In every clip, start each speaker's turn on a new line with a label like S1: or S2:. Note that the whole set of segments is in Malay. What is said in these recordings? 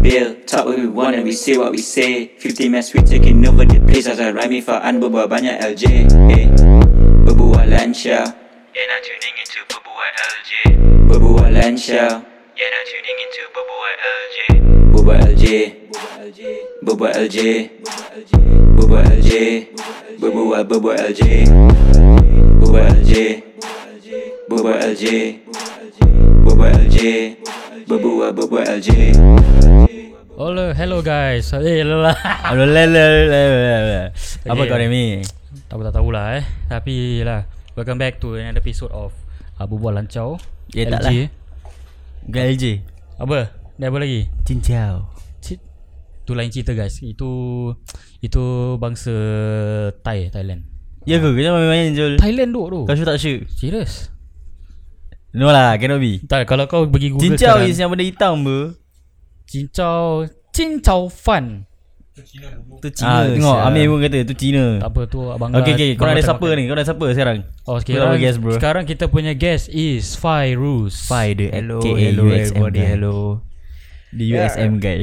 S1: bill Talk what we want and we say what we say 50 mess we taking over the place Asal Raimi Fa'an berbual banyak Eh, LJ hey. Berbualan Syah
S2: You're not tuning into Berbual LJ
S1: Berbualan Syah
S2: You're not tuning into Berbual LJ
S1: Berbual LJ Berbual LJ Berbual LJ Berbual berbual LJ Berbual LJ Berbual LJ Berbual LJ Berbual berbual LJ
S3: Hello, hello guys. Eh, lelah.
S4: Alalalalala. Apa
S3: Okay.
S4: kau Remy?
S3: Tak apa tak tahulah eh. Tapi lah, welcome back to another episode of uh, Berbual Lancau.
S4: Ya, tak lah. Bukan LJ
S3: Apa? Dah apa lagi?
S4: Cincau
S3: Cik. Itu lain cerita guys. Itu itu bangsa Thai, Thailand.
S4: Ya ke? Kenapa main-main Jol?
S3: Thailand duk tu.
S4: Kau sure tak sure?
S3: Serius?
S4: No lah, cannot be
S3: Tak, kalau kau pergi Google
S4: Cincau
S3: sekarang,
S4: is yang benda hitam ber
S3: Cincau Cincau Fan.
S4: Tu Cina ah, Tengok, Amir pun kata tu Cina
S3: Tak apa tu abang.
S4: Okay, okay, kau ada siapa ni? Kau ada siapa sekarang?
S3: Oh,
S4: Kau
S3: sekarang,
S4: guess bro
S3: sekarang kita punya guest is Fairuz.
S4: Spider
S5: Hello, hello everybody, hello.
S4: The USM guy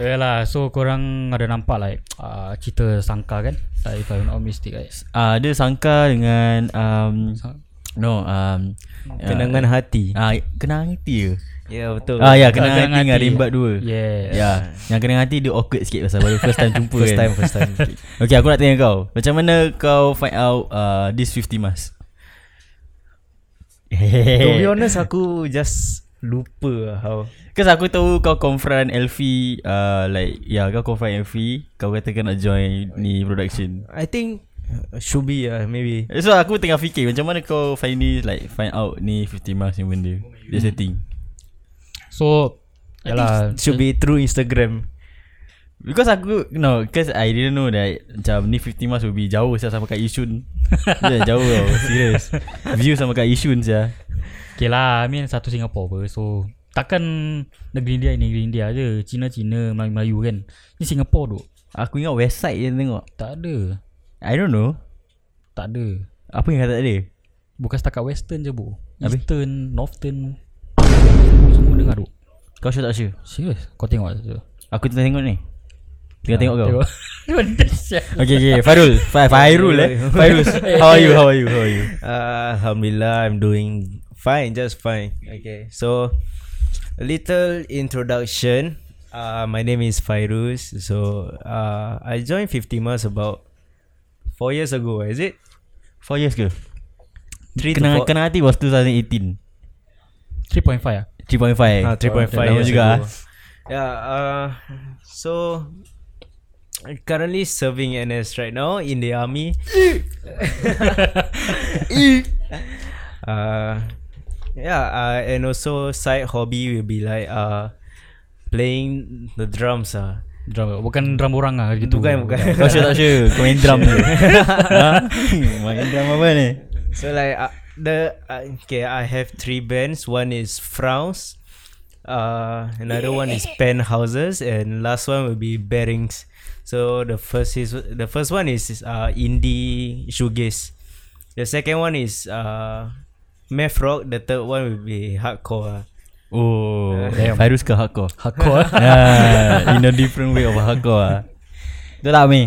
S3: Yalah, so korang ada nampak like uh, cerita sangka kan? Like, if I'm not mistake right?
S4: Ah, Dia sangka dengan um,
S3: Sang-
S4: No um,
S5: Kenangan hati.
S4: ah, Kenangan hati ke?
S5: Ya betul.
S4: Ah ya,
S3: Kenangan
S4: kenangan hati dengan
S3: hati.
S4: rimbat dua
S3: Yes.
S4: Ya, yang kenangan hati dia awkward sikit pasal baru first time jumpa
S5: First
S4: kan.
S5: time, first time.
S4: Okay aku nak tanya kau Macam mana kau find out uh, This 50 mas
S5: to be honest aku just lupa lah how.
S4: Cause aku tahu kau confront Elfie uh, Like Ya yeah, kau confront Elfie Kau kata kau nak join Ni production
S5: I think uh, should be lah maybe.
S4: So aku tengah fikir Macam mana kau find ni Like find out ni 50 mas ni benda That's the thing
S3: So,
S4: Uh,
S3: yalah.
S5: Uh, Should be through Instagram.
S4: Because aku No Because I didn't know that Macam ni 50 mas will be jauh Sia sama kat Yishun yeah, Jauh tau Serius View sama kat Yishun sia
S3: Okay lah, I mean satu Singapore apa. So, takkan negeri India ni negeri India je. Cina-Cina, Melayu-Melayu kan. Ni Singapore duk.
S4: Aku ingat website je tengok
S3: Tak ada.
S4: I don't know
S3: Tak ada.
S4: Apa yang kata tadi
S3: Bukan setakat western je bu.
S4: Habis?
S3: Eastern, northern. Semua dengar duk.
S4: Kau sure tak sure
S3: Serius? Kau tengok je.
S4: Aku tengah tengok ni Tengah tengok kau
S3: Tengok. Benda sial.
S4: Okay okay Fairul Fa- Fairul eh Fairul How are you How are you How are you
S5: Uh, Alhamdulillah I'm doing fine, just fine. Okay. So a little introduction. Uh, my name is Fairuz. So uh, I joined 50 Mas about 4 years ago, is it?
S4: 4 years ke
S5: Three to
S4: Kena
S5: four-
S4: kena hati was 2018
S3: 3.5 ah.
S4: 3.5
S5: Ah, 3.5
S4: Lama
S5: years
S4: juga ah.
S5: ago. Yeah, uh, so I'm currently serving NS right now in the army. uh, yeah, uh, and also side hobby will be like uh, playing the drums. Ah,
S3: Drum, bukan drum orang lah gitu.
S5: bukan bukan.
S4: eh. Kau sure tak sure Kau main drum ni Ha? Main drum apa ni
S5: so like uh, the uh, okay, I have three bands. One is Frowns. Uh, another one is Penthouses, and last one will be Bearings. So the first is the first one is is, uh indie shoegaze. The second one is uh math rock. The third one will be hardcore. ah.
S4: Oh
S3: Damn.
S4: Fairul ke hardcore
S3: Hardcore.
S4: yeah, In a different way of hardcore ah. Betul tak Amir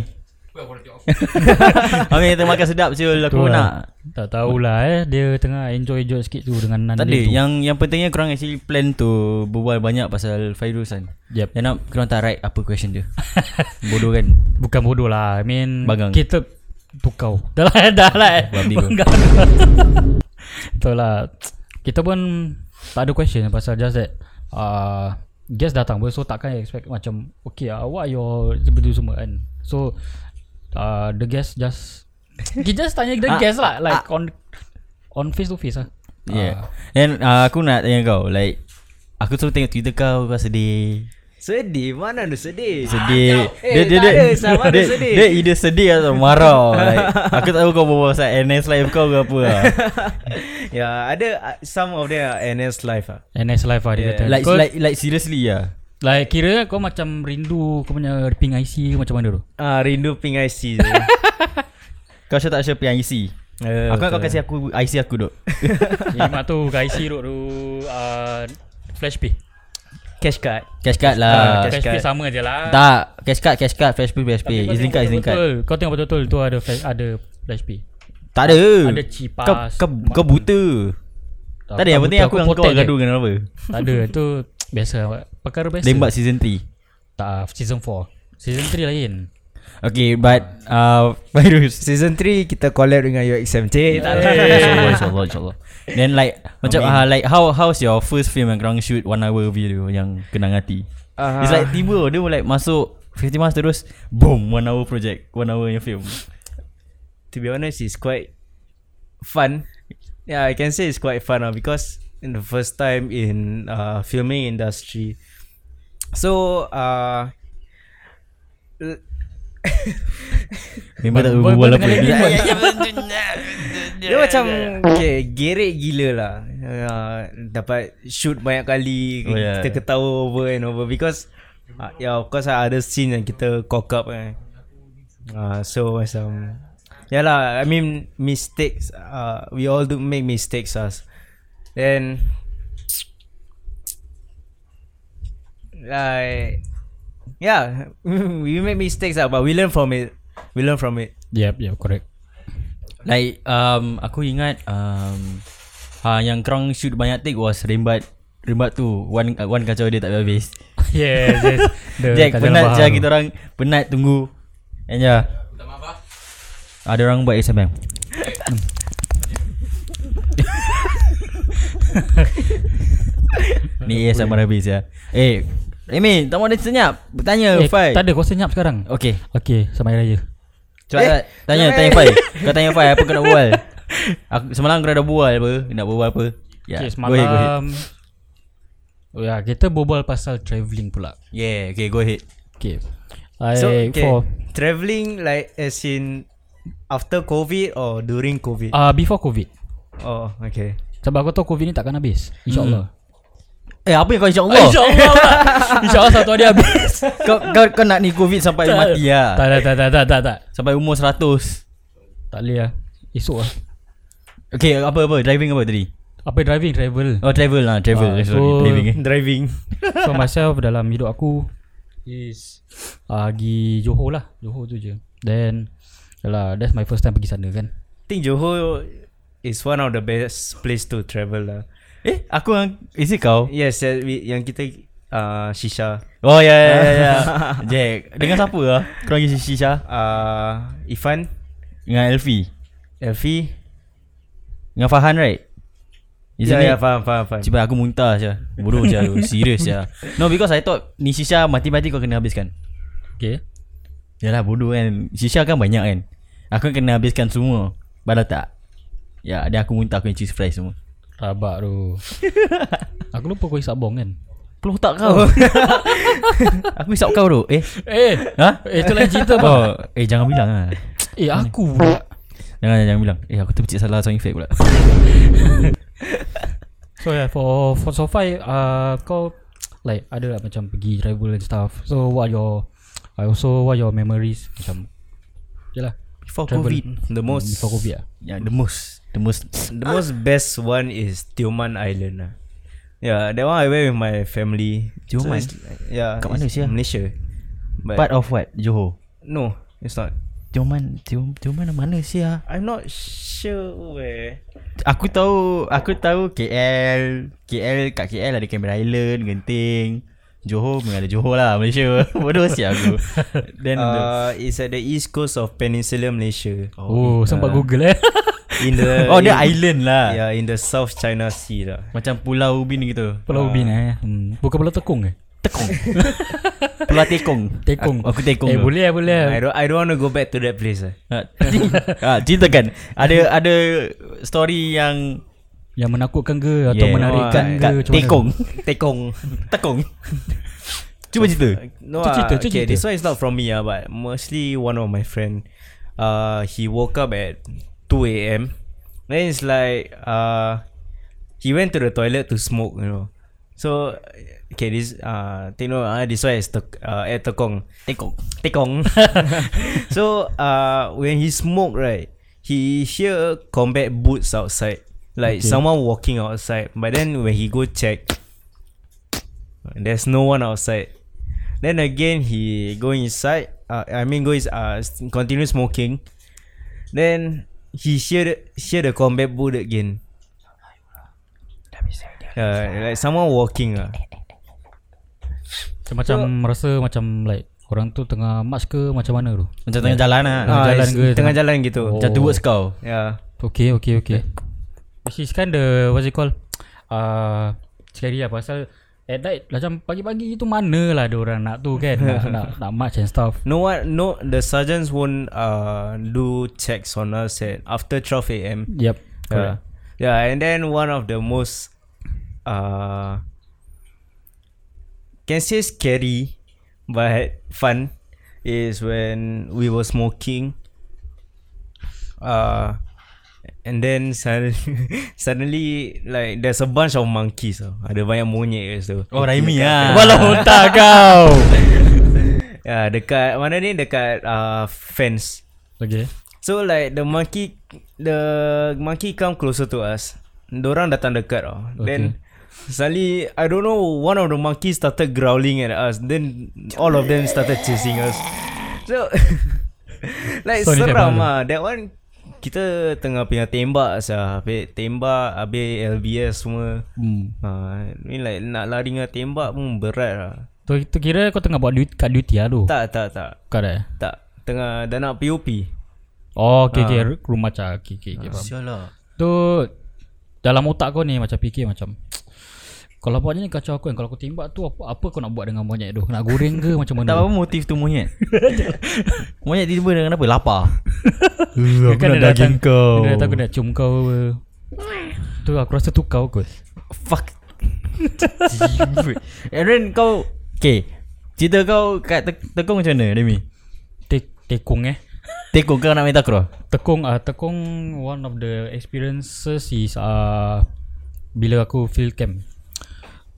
S4: Amir kita makan sedap Siul Aku
S3: Betul lah.
S4: nak
S3: Tak tahulah eh Dia tengah enjoy-enjoy sikit tu Dengan Nan
S4: Tak ada
S3: dia tu
S4: Yang yang pentingnya korang actually plan tu Berbual banyak pasal Fairuz kan
S3: Yep.
S4: End up korang tak write apa question dia Bodoh kan
S3: Bukan bodoh lah I mean
S4: Bagang.
S3: Kita Tukau Dah lah Dah lah eh.
S4: Babi kau.
S3: Bagang. Betul lah Kita pun Tak ada question Pasal just that uh, Guest datang pun So takkan expect macam Okay uh, what are your Benda semua kan So uh, The guest just Kita just tanya the
S4: Ah,
S3: guest lah Like on On face to face lah
S4: Yeah Then uh, aku nak tanya kau Like Aku selalu tengok Twitter kau Kau sedih
S5: Sedih mana tu sedih?
S4: Sedih
S5: Eh, tak ada, Sam, ada
S4: dia,
S5: sedih.
S4: dia either sedih atau marah like, Aku tak tahu kau berbual pasal NS life kau ke apa lah.
S5: yeah, ada uh, some of them are NS life ah.
S3: NS life lah dia kata
S4: like,
S3: Kau-
S4: like, like seriously lah
S3: Like kira kau macam rindu kau punya ping IC ke macam mana tu?
S5: Ah, rindu ping IC je.
S4: Kau sure tak sure yang IC
S5: Eh,
S4: Aku nak kau
S5: betul.
S4: kasih aku IC aku duk
S3: Lima tu kat IC duk tu uh, flash pay.
S5: Cash card.
S4: Cash card
S5: Ah,
S4: lah
S3: Cash
S5: cash card.
S3: PSP sama je lah
S4: Tak Cash card Cash card Flash pay Flash
S3: Tapi
S4: pay
S3: kau
S4: Izin
S3: tengok
S4: card Izin card
S3: betul-betul, Kau tengok betul-betul tu ada flash, ada flash P
S4: Tak ada
S3: Ada cipas,
S4: Kau, kau, kau buta Tak ada yang penting aku dengan kau gaduh dengan apa
S3: Tak ada tu biasa Perkara biasa
S4: Lembak season 3
S3: Tak season 4 Season 3 lain
S4: Okay but uh, Virus
S5: Season 3 kita collab dengan UX17.
S4: InsyaAllah InsyaAllah InsyaAllah Then like Macam uh, like how How's your first film Yang korang shoot One hour video Yang kenang hati
S5: Ah.
S4: It's like tiba Dia like masuk 50 mas terus Boom One hour project One hour yang film
S5: to be honest, it's quite fun. Yeah, I can say it's quite fun uh, because in the first time in uh, filming industry. So, uh,
S4: Memang tak
S3: Buat-
S4: berbual
S3: buat
S4: apa
S3: dengan
S4: Dia
S3: Lemon.
S5: dia macam okay, gerek gila lah. Uh, dapat shoot banyak kali.
S4: Oh,
S5: Oh,
S4: yeah.
S5: yeah. Kita ketawa over and over because uh, yeah, of course uh, ada scene yang kita cock up kan. Uh, so macam Yeah lah, I mean mistakes. Uh, we all do make mistakes us. Then like yeah, we make mistakes lah, but we learn from it. We learn from it.
S3: Yep yep correct
S4: Like um, Aku ingat um, ha, Yang korang shoot banyak take Was rembat Rembat tu One uh, one kacau dia tak habis
S3: Yes yes The
S4: Jack
S3: kalian
S4: penat
S3: faham.
S4: je kita orang Penat tunggu And ya Ada orang buat ASMR Ni ASMR habis ya Eh Amy tak mau dia senyap Tanya
S3: Eh,
S4: eh, Fai
S3: tak ada kau senyap sekarang
S4: Okay
S3: Okay sama raya
S4: Cepat eh, tanya tanya Fai. Kau tanya Fai apa kau nak bual? Aku semalam kau dah bual apa? Nak bual apa? Ya,
S3: yeah. Okay
S4: go ahead, go ahead.
S3: semalam Oh ya kita berbual pasal travelling pula
S4: Yeah, okay, go ahead.
S3: Okay I
S5: So
S4: Eh,
S3: so,
S5: okay,
S3: for
S5: traveling like as in after COVID or during
S4: Ah.
S5: COVID.
S3: uh, Before covid
S5: oh okay.
S3: Sebab aku tahu covid ni takkan habis InsyaAllah
S4: Eh, apa yang
S3: Ah,
S4: kau insya-Allah?
S3: InsyaAllah pula. InsyaAllah satu hari habis
S4: kau, kau kau nak ni COVID sampai mati ah.
S3: Tak tak tak tak tak tak tak
S4: Sampai umur 100
S3: Tak boleh lah Esok lah
S4: Okay apa apa Driving apa tadi
S3: Apa driving travel
S4: Oh travel lah Travel
S3: Ah,
S4: Sorry
S3: so-
S4: Driving eh
S5: Driving.
S3: So myself dalam hidup aku Is uh, Pergi Johor lah Johor tu je Then Yalah that's my first time pergi sana kan
S5: think Johor is one of the best place to travel lah.
S4: Eh aku yang Is it kau
S5: Yes, yeah, we, yang kita uh, Shisha.
S4: Oh ya ya ya ya Jack Dengan siapa lah Korang pergi Shisha
S5: Uh, Ifan,
S4: Dengan Elfie
S5: Elfi.
S4: Dengan Fahan right
S5: Ya,
S4: it?
S5: ya, faham, faham, faham.
S4: Cepat aku muntah je Bodoh je aku Serius je No because I thought Ni Shisha mati-mati kau kena habiskan
S3: Okay
S4: Yalah bodoh kan Shisha kan banyak kan Aku kena habiskan semua Padahal tak Ya dia aku muntah Aku yang cheese fries semua
S3: Rabak tu Aku lupa kau isap bong kan
S4: Peluh otak
S5: Oh.
S4: kau Aku isap kau tu Eh
S3: Eh
S4: Ha?
S3: Eh tu lain cerita bang
S4: Oh, eh jangan bilang ah.
S3: Eh aku pula
S4: Jangan jangan bilang. Eh aku terpecik salah sound effect pula.
S3: So yeah for, for so far uh, Kau Like ada lah macam pergi travel and stuff So what are your I also what are your memories Macam Yelah
S5: Before
S3: travel.
S5: COVID, the most
S3: Before covid lah
S4: Hmm, yeah, the most the most
S5: the most best one is Tioman Island lah. Yeah, that one I went with my family.
S4: Tioman?
S5: it's- yeah.
S4: Kat mana
S5: it's
S4: sia?
S5: Malaysia. But,
S4: part of what? Johor.
S5: no, it's not.
S4: Tioman Tioman Tioman mana sih ah?
S5: I'm not sure where.
S4: Aku tahu aku tahu KL KL kat KL ada Canberra Island Genting Johor memang ada Johor lah Malaysia Bodoh sih aku Then uh,
S5: Uh, it's at the east coast of Peninsula Malaysia.
S3: Oh, sempat
S4: Ah.
S3: google eh
S5: In the
S4: Oh dia
S5: in-
S4: island lah yeah.
S5: Yeah, in the South China Sea lah.
S4: Macam pulau ubin gitu
S3: Pulau Ubin eh hmm. Bukan Pulau Tekong eh
S4: Tekong Pulau Tekong
S3: Tekong
S4: Ah, Aku, aku Tekong
S3: Eh
S4: tu.
S3: boleh eh boleh eh. Ah,
S5: I don't I don't want to go back to that place. Eh.
S4: Ha, ha, ceritakan ada ada story yang
S3: Yang menakutkan ke Atau
S4: Yeah.
S3: menarikkan
S5: Oh,
S3: ke
S4: kat
S3: macam mana?
S4: tekong
S5: Tekong.
S4: tekong cuba cerita
S5: No,
S3: Tu
S5: ah,
S3: cerita, tu
S5: okay,
S3: cerita.
S5: this one is not from me ah, but mostly one of my friend. Uh, he woke up at 2 a.m. Then it's like uh, he went to the toilet to smoke, you know. So okay, this uh, take note ah, this one is tek, uh, at Tekong.
S4: tekong
S5: Tekong. so uh, when he smoke right, he hear combat boots outside,
S3: Okay.
S5: like someone walking outside. But then when he go check, There's no one outside. Then again, he go inside. Uh, I mean, goes uh s- continue smoking. Then he hear the, hear the combat boot again. Uh, like someone walking ah.
S3: Macam, macam rasa macam like Orang tu tengah march ke macam mana tu
S4: Macam tengah jalan lah
S5: Ah,
S3: jalan
S5: it's
S3: ke
S5: tengah
S3: tengah-
S5: jalan gitu.
S3: Oh.
S4: Macam towards kau
S5: Yeah.
S3: Okay okay okay Which is kind of What's it called uh, Scary lah pasal At night Macam pagi-pagi tu Mana lah orang nak tu kan Nak, nak, nak march and stuff
S5: No one, no. The sergeants won't uh do checks on us at after 12 a.m.
S3: Yep
S5: Yeah.
S3: correct.
S5: Yeah, and then one of the most uh can say scary but fun is when we were smoking. Uh and then suddenly, suddenly like there's a bunch of monkeys. Oh. Ada banyak monyet kat situ.
S4: Oh Raimi lah
S3: Walau otak kau
S5: Yeah, dekat mana ni dekat uh, fence.
S3: Okay
S5: So like the monkey the monkey come closer to us. Dorang datang dekat oh. Okay. Then suddenly I don't know one of the monkeys started growling at us. Then all of them started chasing us. So like
S3: Sorry,
S5: seram
S3: Syabana.
S5: ah. That one kita tengah punya tembak sah. Habis tembak habis LBS semua.
S3: hmm.
S5: Ha, ni like nak lari dengan tembak pun berat lah.
S3: Tu, tu kira kau tengah buat duty, kat duty lah tu
S5: Tak tak tak.
S3: Bukan eh
S5: Tak. Tengah dah nak POP.
S3: Oh okay okay Rumah cah Okay okay, okay faham.
S4: Sialah
S3: Tu Dalam otak kau ni Macam fikir macam Kalau buat ni kacau aku kan Kalau aku tembak tu apa, apa kau nak buat dengan monyet tu Nak goreng ke macam
S4: Tak apa
S3: mana
S4: motif tu monyet Monyet tiba-tiba dengan apa? Lapar
S3: Dia kan dia datang kau Dia datang aku nak cium kau apa. Tu lah, aku rasa tu kau kot
S4: Fuck Aaron kau Okay Cerita kau kat te- tekong macam mana Demi?
S3: Te- Tekung eh
S4: Tekong kau nak main takraw?
S3: Tekung ah uh, Tekung One of the experiences is uh, Bila aku field camp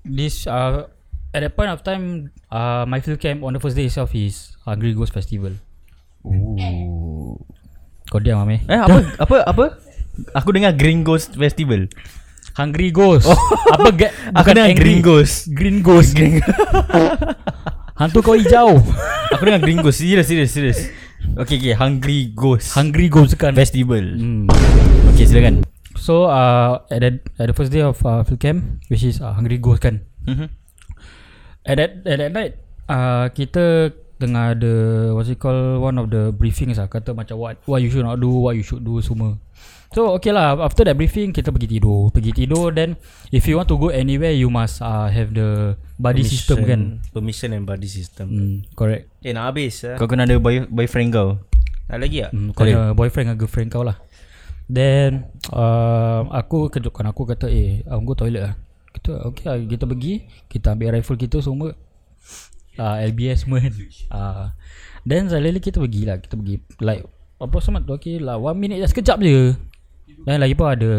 S3: This uh, At that point of time uh, My field camp on the first day itself is Hungry Ghost Festival
S4: Ooh.
S3: Kau diam Amir
S4: Eh apa? apa? Apa? Aku dengar Green Ghost Festival
S3: Hungry Ghost Apa ga-
S4: Oh. Aku dengar Green Ghost
S3: Green Ghost green. Hantu kau hijau
S4: Aku dengar Green Ghost Serius serius serius Okay okay Hungry Ghost
S3: Hungry Ghost kan
S4: Festival
S3: hmm.
S4: Okay silakan
S3: So uh, at, the, at the first day of uh, field camp Which is uh, Hungry Ghost kan
S4: Mhm.
S3: At that, at that night uh, Kita tengah ada What's it called One of the briefings lah Kata macam what, what you should not do What you should do semua So okay lah After that briefing Kita pergi tidur Pergi tidur Then If you want to go anywhere You must uh, have the Buddy system kan
S5: Permission and body system.
S3: hmm, Correct
S5: Eh nak habis lah.
S4: Kau kena ada boy, boyfriend kau
S5: Nak lagi tak?
S3: Hmm, kau ada boyfriend dengan girlfriend kau lah Then uh, Aku kejutkan aku kata Eh aku go toilet lah Kita okay lah Kita pergi Kita ambil rifle kita semua uh, LBS semua kan uh, Then suddenly kita pergi lah Kita pergi Like Apa sama tu okay lah One minute je Sekejap je Then lagi pun ada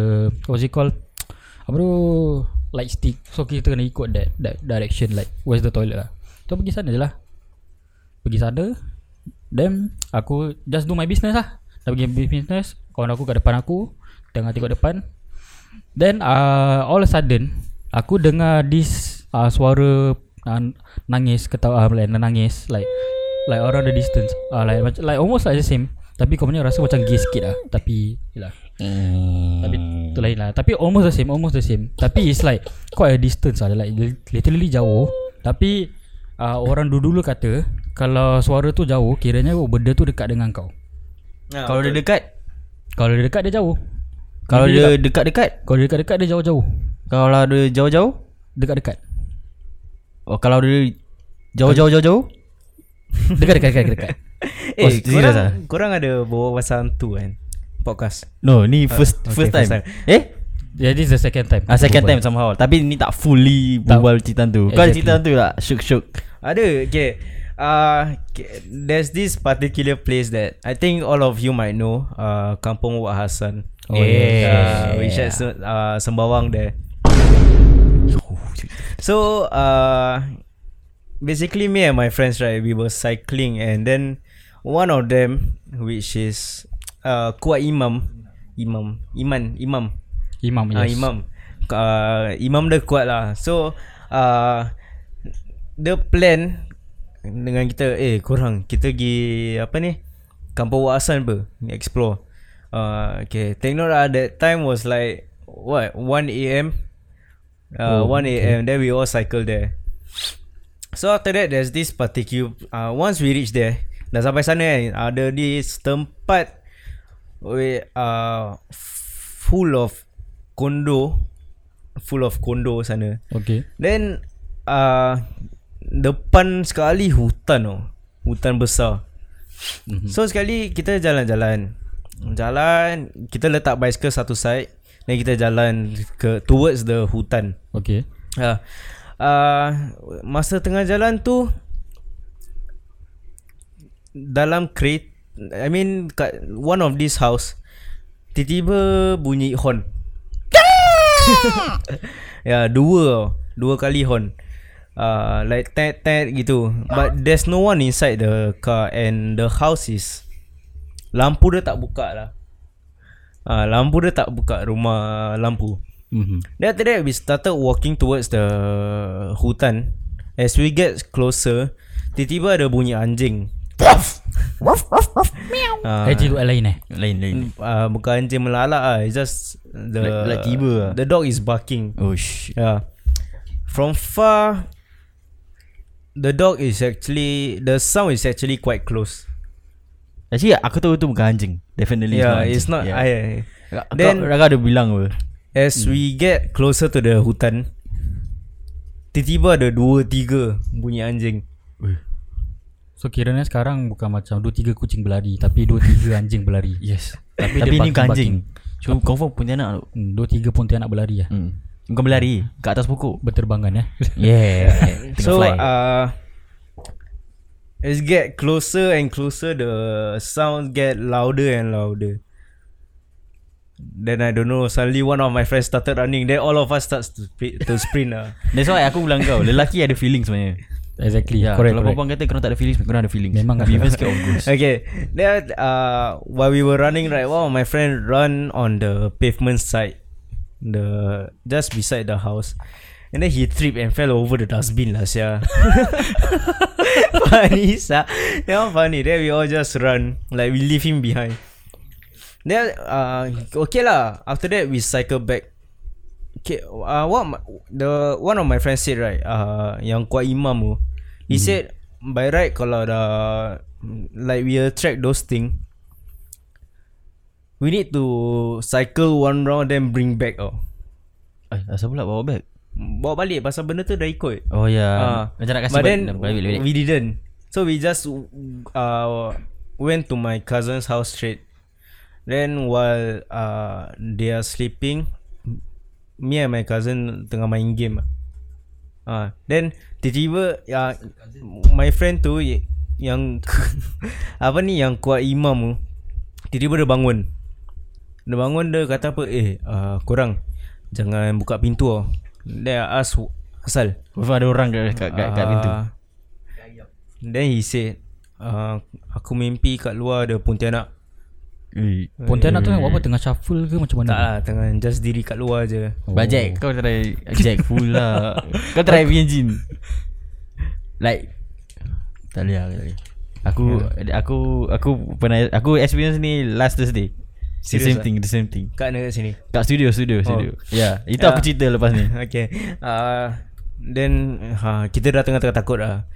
S3: What's it called Apa tu Light stick So kita kena ikut that, that direction Like where's the toilet lah Tu pergi sana je lah Pergi sana Then Aku Just do my business lah Dah pergi business Kawan aku kat depan aku Tengah tengok depan Then uh, All of a sudden Aku dengar this uh, Suara uh, Nangis Ketawa uh, like, Nangis Like Like around the distance uh, like, mac- like almost like the same Tapi kau punya rasa macam gay sikit lah Tapi Yelah Tapi
S4: Hmm.
S3: tu lain lah Tapi almost the same Almost the same Tapi it's like Quite a distance lah Like literally jauh Tapi uh, Orang dulu-dulu kata Kalau suara tu jauh Kiranya benda tu dekat dengan kau
S4: Kalau dia dekat
S3: Kalau dia dekat dia jauh
S4: Kalau dia dekat-dekat
S3: Kalau dia dekat-dekat dia jauh-jauh
S4: Kalau dia jauh-jauh
S3: Dekat-dekat
S4: oh, Kalau dia jauh-jauh-jauh-jauh
S3: Dekat-dekat-dekat
S5: Eh,
S4: Oh, serious
S5: korang,
S4: ah?
S5: korang ada bawa pasal hantu kan? Podcast.
S4: No ni first Ah,
S5: okay,
S4: first
S5: first
S4: time Eh?
S3: Yeah this is the second time
S4: Ah, second time somehow Tapi ni tak fully
S3: Tak.
S4: Berbual cerita tu Kau
S3: Exactly.
S4: ada cerita tu tak? Syuk-syuk
S5: Ada, okay. Uh, okay, there's this particular place that I think all of you might know. Uh, Kampung Wak Hasan.
S3: Oh, yes.
S5: Uh, which at Se- uh, Sembawang there. So, uh, basically me and my friends, right, we were cycling and then one of them, which is uh, Kuat Imam, Imam, Iman, Imam.
S3: Imam
S5: Ah
S3: yes
S5: imam. Uh, imam dia kuat lah. So uh, Dia plan Dengan kita Eh korang Kita pergi Apa ni Kampung Wak Hassan apa Ni Explore uh, Okay Take note lah That time was like What 1am uh,
S3: Oh,
S5: 1am Then we all cycle there So after that There's this particular uh, Once we reach there Dah sampai sana kan Ada this tempat we uh, Full of Kondo Full of kondo sana
S3: Okay
S5: Then uh, Depan sekali hutan oh. Hutan besar mm-hmm. So sekali kita jalan-jalan Jalan Kita letak bicycle satu side Then kita jalan ke Towards the hutan
S3: Okay
S5: Ha. Uh, masa tengah jalan tu dalam crate I mean kat one of this house tiba-tiba bunyi horn. ya, dua tau. dua kali horn. Uh, like tet tet gitu. But there's no one inside the car and the house is lampu dia tak buka lah. Ah, uh, lampu dia tak buka rumah lampu.
S3: mm-hmm.
S5: Then after that we started walking towards the hutan. As we get closer, tiba-tiba ada bunyi anjing. Ah,
S4: Ah.
S3: uh, Haji tu lain eh
S4: Lain lain
S5: Uh, bukan anjing melalak ah, it's just the
S4: Like- like tiba ah.
S5: The dog is barking.
S4: Oh shit
S5: Yeah. From far the dog is actually the sound is actually quite close.
S4: Actually aku tahu tu bukan anjing Definitely
S5: yeah, it's not
S4: yeah.
S5: I,
S4: Then
S5: Then-
S4: Raka ada bilang apa
S5: As hmm. we get closer to the hutan Tiba-tiba ada dua tiga bunyi anjing
S3: So kiranya sekarang bukan macam 2-3 kucing berlari Tapi 2-3 anjing berlari
S4: Yes
S3: Tapi dia
S4: Tapi, Tapi ni bukan
S3: barking-
S4: anjing So confirm punya anak tu
S3: hmm, 2-3 pontianak berlari lah
S4: hmm. Bukan berlari Kat atas pokok
S3: Berterbangan eh
S4: Yeah Tengah
S5: So
S4: fly
S5: uh, As get closer and closer The sound get louder and louder Then I don't know Suddenly one of my friends started running Then all of us starts to, sp- to sprint ah. lah
S4: That's why aku ulang kau Lelaki ada feelings sebenarnya
S3: Exactly
S4: Ya,
S3: yeah, Correct,
S4: Kalau
S3: correct.
S4: perempuan kata Korang tak ada feelings Korang ada feelings
S3: Memang
S4: We
S3: ada.
S4: even scared of ghosts
S5: Okay Then uh, While we were running right One of my friend run on the pavement side The Just beside the house And then he tripped and fell over the dustbin lah sia Funny sia That one funny Then we all just run Like we leave him behind Then uh, Okay lah After that we cycle back Okay, uh, what my, the one of my friends said right, uh, yang kuat imam tu, he said by right kalau dah like we attract those thing, we need to cycle one round then bring back oh.
S4: Eh, asal pula bawa bag
S5: Bawa balik pasal benda tu dah ikut.
S4: Oh ya yeah.
S5: Ah,
S4: Macam nak kasih
S5: But
S4: bag-
S5: then
S4: nak balik, balik.
S5: we didn't. So we just uh, went to my cousin's house straight. Then while uh, they are sleeping, me and my cousin tengah main game. Ah, uh, then tiba-tiba uh, my friend tu y- yang apa ni yang kuat imam tu tiba-tiba dia bangun. Dia bangun dia kata apa? Eh, uh, korang jangan buka pintu oh. Then I ask asal.
S4: Confirm ada orang kat, kat, kat, kat pintu
S5: Ah. Then he said uh, Aku mimpi kat luar ada Pontianak
S4: Eh,
S3: Pontianak tu yang buat apa Tengah shuffle ke macam
S4: Hmm.
S5: Tak
S3: mana Oh.
S5: lah Tengah just diri kat luar je
S4: But Jack Kau try Oh. Jack pula Kau try imagine Like Tak boleh lah, tak boleh. Aku Aku Aku pernah Aku experience ni Last Thursday The same
S5: Serious ah?
S4: thing The same thing
S5: Kat negara sini
S4: Kat studio studio studio. Ya, yeah, itu
S5: Ya.
S4: aku cerita lepas ni.
S5: Okay uh, Then ha, Kita dah tengah-tengah takut lah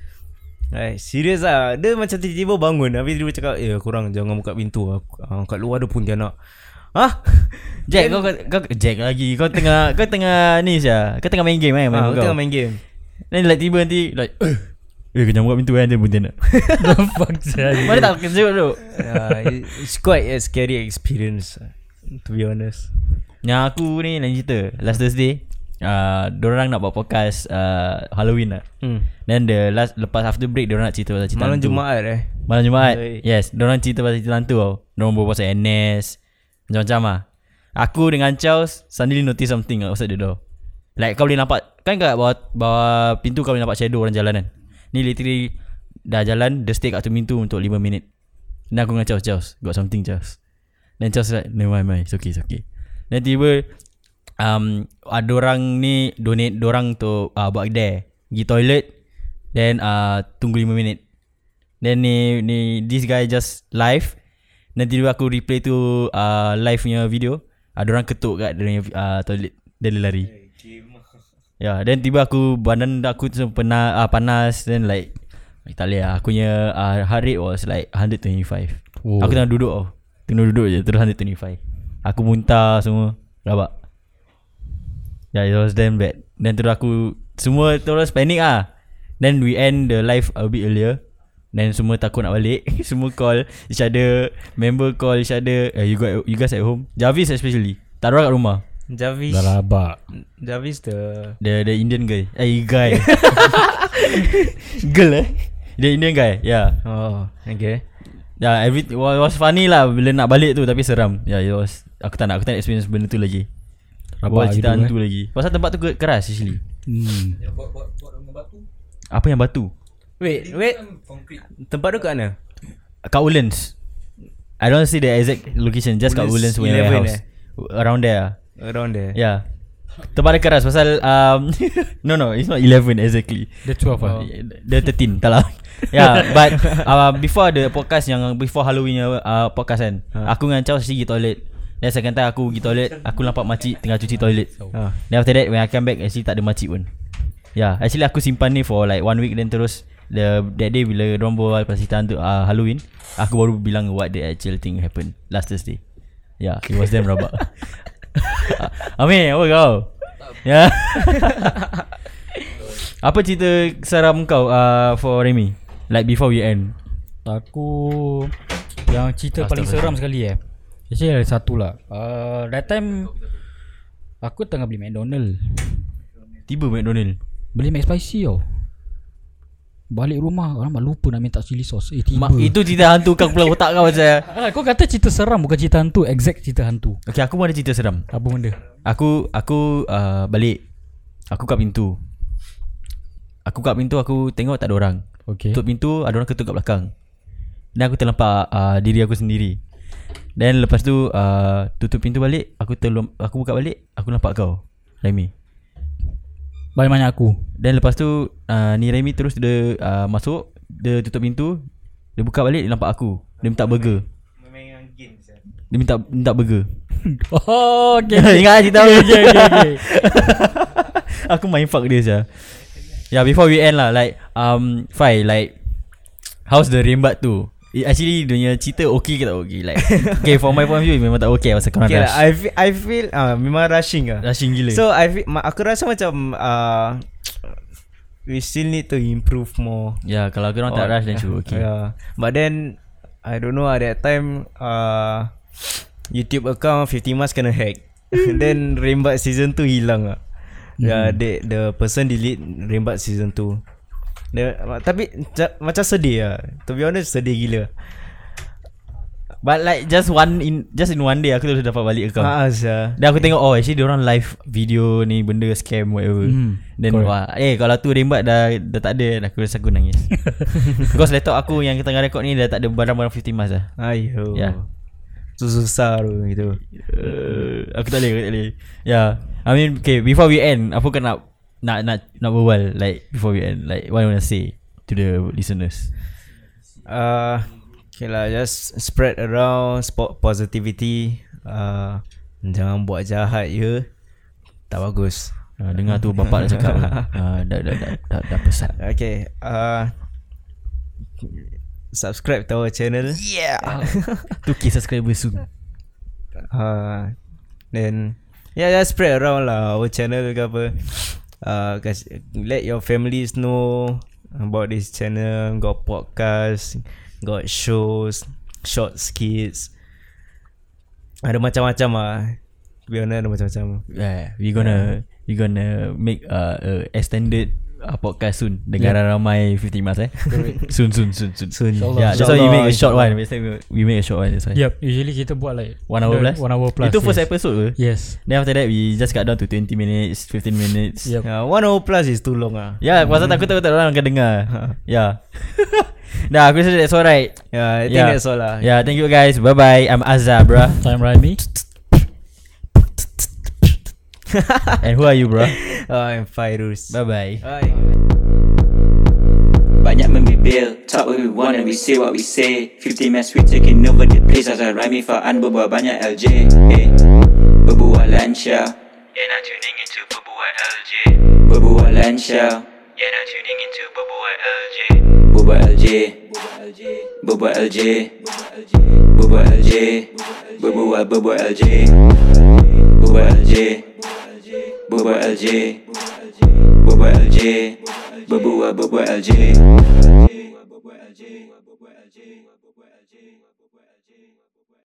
S5: Like, serius lah Dia macam tiba-tiba bangun Habis dia cakap Eh korang jangan buka pintu lah. uh, Kat luar ada Pontianak Hah?
S4: Jack kau, kau kau Jack lagi. Kau tengah kau tengah ni Syah. Kau tengah main game eh main
S5: Ha,
S4: ha,
S5: aku
S4: kau.
S5: tengah main game
S4: Then like tiba nanti like eh kau jangan buka pintu eh dia buntin nak.
S3: The fuck saya
S4: Mana tak kena sebut tu.
S5: uh, it- It's quite a scary experience To be honest
S4: Yang aku ni lain cerita. Last Thursday, ah uh, orang nak buat podcast uh, Halloween lah.
S5: hmm.
S4: Then the last lepas after break dia nak cerita pasal cerita
S5: Malam
S4: hantu.
S5: Jumaat eh
S4: Malam Jumaat Ya.
S5: Baik.
S4: Yes Diorang cerita pasal cerita hantu tau Diorang berbual pasal NS Macam-macam lah Aku dengan Charles Suddenly notice something lah Outside the door Like kau boleh nampak Kan kat bawah, bawah pintu Kau boleh nampak shadow orang jalan kan Ni literally Dah jalan Dia stay kat tu pintu Untuk 5 minit Then aku dengan Charles Charles Got something Charles Then Charles like No mind mind It's okay it's okay Then tiba ah, um, Ada orang ni Donate Diorang tu uh, Buat dare Pergi toilet Then uh, Tunggu 5 minit Then ni, ni This guy just live Nanti dulu aku replay tu uh, Live punya video Ada orang ketuk kat Dia punya uh, toilet Then dia lari Ya yeah, Then tiba aku Badan aku tu pernah, uh, panas Then like Tak boleh lah Aku punya uh, Heart rate was like 125
S3: Oh.
S4: Aku tengah duduk oh. Tengah duduk je Terus 125 Aku muntah semua Rabak Yeah, it was damn bad. Then terus aku semua terus panic ah. Then we end the live a bit earlier. Then semua takut nak balik. semua call each other, member call each other. Uh, you got you guys at home. Javis especially. Tak ada orang kat rumah.
S5: Javis
S3: Dah rabak
S5: Javis the
S4: The the Indian guy. Eh guy. Girl eh. The Indian guy. Yeah.
S5: Oh Okay
S4: Yeah, every it was funny lah bila nak balik tu tapi seram. Yeah, it was aku tak nak aku tak nak experience benda tu lagi. Rabak cerita
S3: gitu,
S4: hantu lagi. Pasal tempat tu ke- keras actually.
S3: hmm.
S4: Apa yang batu?
S5: Wait wait Tempat tu kat mana?
S4: Kat Woodlands I don't see the exact location Just kat Woodlands punya
S5: Woodlands 11
S4: warehouse
S5: eh?
S4: Around there lah.
S5: Around there
S4: Yeah Tempat dia keras pasal um, No no it's not 11 exactly
S3: Dia 12 lah
S4: oh. Dia 13 tak lah Yeah but uh, Before the podcast yang Before Halloween punya, uh, podcast kan
S5: Ha.
S4: Aku dengan Chow pergi toilet Then second time aku pergi toilet Aku nampak makcik tengah cuci toilet Ha.
S5: Ah.
S4: Then after that when I come back actually tak ada makcik pun. Yeah, actually aku simpan ni for like one week then terus the that day bila dorang berbual pasal cerita hantu uh, Halloween, aku baru bilang what the actual thing happened last Thursday. Yeah, it was damn rabak. Amin, apa kau? Ya. Yeah. apa cerita seram kau uh, for Remy? Like before we end.
S3: Aku Yang cerita paling seram sekali eh Actually ada satu lah uh, That time Aku tengah beli McDonald
S4: Tiba McDonald.
S3: Beli McSpicy tau Balik rumah Orang mak lupa nak minta chili sauce Eh tiba
S4: Ma- itu cerita hantu kau pula otak kau macam.
S3: ah, Kau kata cerita seram bukan cerita hantu Exact cerita hantu
S4: Okay, aku pun ada cerita seram.
S3: Apa benda
S4: Aku aku uh, balik. Aku kat pintu. Aku kat pintu aku tengok tak ada orang.
S3: Okay
S4: Tutup pintu ada orang ketuk kat belakang. Dan aku terlempak uh, diri aku sendiri. Dan lepas tu uh, tutup pintu balik, aku terlum, aku buka balik, aku nampak kau. Remy.
S3: Balik banyak aku
S4: Dan lepas tu uh, ni Remy terus dia uh, masuk, dia tutup pintu, dia buka balik dia nampak aku. Dia minta burger. Dia minta minta burger.
S3: Oh okay
S4: Ingat lah cerita aku.
S3: okay, okay, okay.
S4: Aku main fuck dia saja. Yeah, before we end lah like um Fai like how's the rembat tu? It actually dia punya cerita okay ke tak okay like okay for my point of view memang tak okay pasal korang okay,
S5: Okay lah
S4: rush.
S5: I feel, I feel uh, Memang rushing lah
S4: Rushing gila. So
S5: So I feel, ma- Aku rasa macam uh, We still need to improve more
S4: yeah, Ya, kalau korang tak
S5: Or-
S4: rush then sure okay. Yeah.
S5: Oh. Yeah. But then I don't know at that time uh, YouTube account 50 Mas kena hack. then Rembat season 2 hilang ah. Yeah,
S4: Hmm.
S5: the the person delete Rembat season 2. The, tapi ca- macam sedih lah To be honest sedih gila
S4: But like just one in just in one day aku terus dapat balik account.
S5: Haa Azhar
S4: Dan aku tengok oh actually dia orang live video ni benda scam whatever.
S3: Hmm,
S4: Mm, Then
S3: correct.
S4: wah eh kalau tu rembat dah dah tak ada aku rasa aku nangis. Because laptop aku yang tengah record ni dah tak ada barang-barang 50 mas dah.
S5: Ayuh
S4: Yeah.
S5: Tu susah tu gitu
S3: Eh.
S4: Uh, aku tak boleh, aku tak boleh. Yeah. I mean, okay, before we end, apa kau nak nak nak nak berbual like before we end, like what you want to say to the listeners?
S5: Uh, okay lah, just spread around spo- positivity. Uh, jangan buat jahat ya. Tak bagus.
S4: Uh, dengar tu bapak dah cakap lah. Uh, dah, dah, dah, dah, dah pesan.
S5: Okay. Uh, subscribe to our channel.
S4: Yeah. 2k subscriber soon.
S5: Uh, then yeah, just spread around lah our channel ke apa. Uh, kas- let your families know about this channel. Got podcast, got shows, short skits. Ada macam-macam ah. To be honest, ada macam-macam.
S4: Yeah, Eh, we gonna we gonna make uh, a extended uh, podcast soon dengan yeah. ramai 50 mas eh. soon soon soon soon.
S5: Soon.
S4: Yeah, that's why we make a short one. Next time we- We make a short one. That's why.
S3: Yep Usually kita buat like
S4: One hour plus.
S3: One hour plus
S4: Itu first
S3: yes.
S4: episode ke?
S3: Yes
S4: Then after that we just cut down to 20 minutes, 15 minutes.
S3: Yep
S5: Yeah, Ya, one hour plus is too long ah.
S4: Yeah, pasal takut takut tak orang akan dengar. yeah. Dah, aku rasa that's alright.
S5: Yeah, I think
S4: Yeah.
S5: that's all lah.
S4: Yeah, thank you guys. Bye bye. I'm Azza, bruh.
S3: Time Raimi
S4: And who are you, bruh?
S5: Ah, Uh, I'm Fairuz.
S4: Bye bye.
S5: Bye.
S1: Banyak membibil Talk what we want and we say what we say 50 mess we taking over the place As I rhyme if I an berbual banyak LJ eh. Berbual lancar
S2: You're not tuning into Pabuai LJ.
S1: Berbual lancar
S2: You're not tuning into Pabuai LJ.
S1: Berbual LJ Berbual LJ Berbual LJ Berbual berbual LJ Berbual LJ Berbual LJ Berbual LJ Berbual berbual LJ Berbual LJ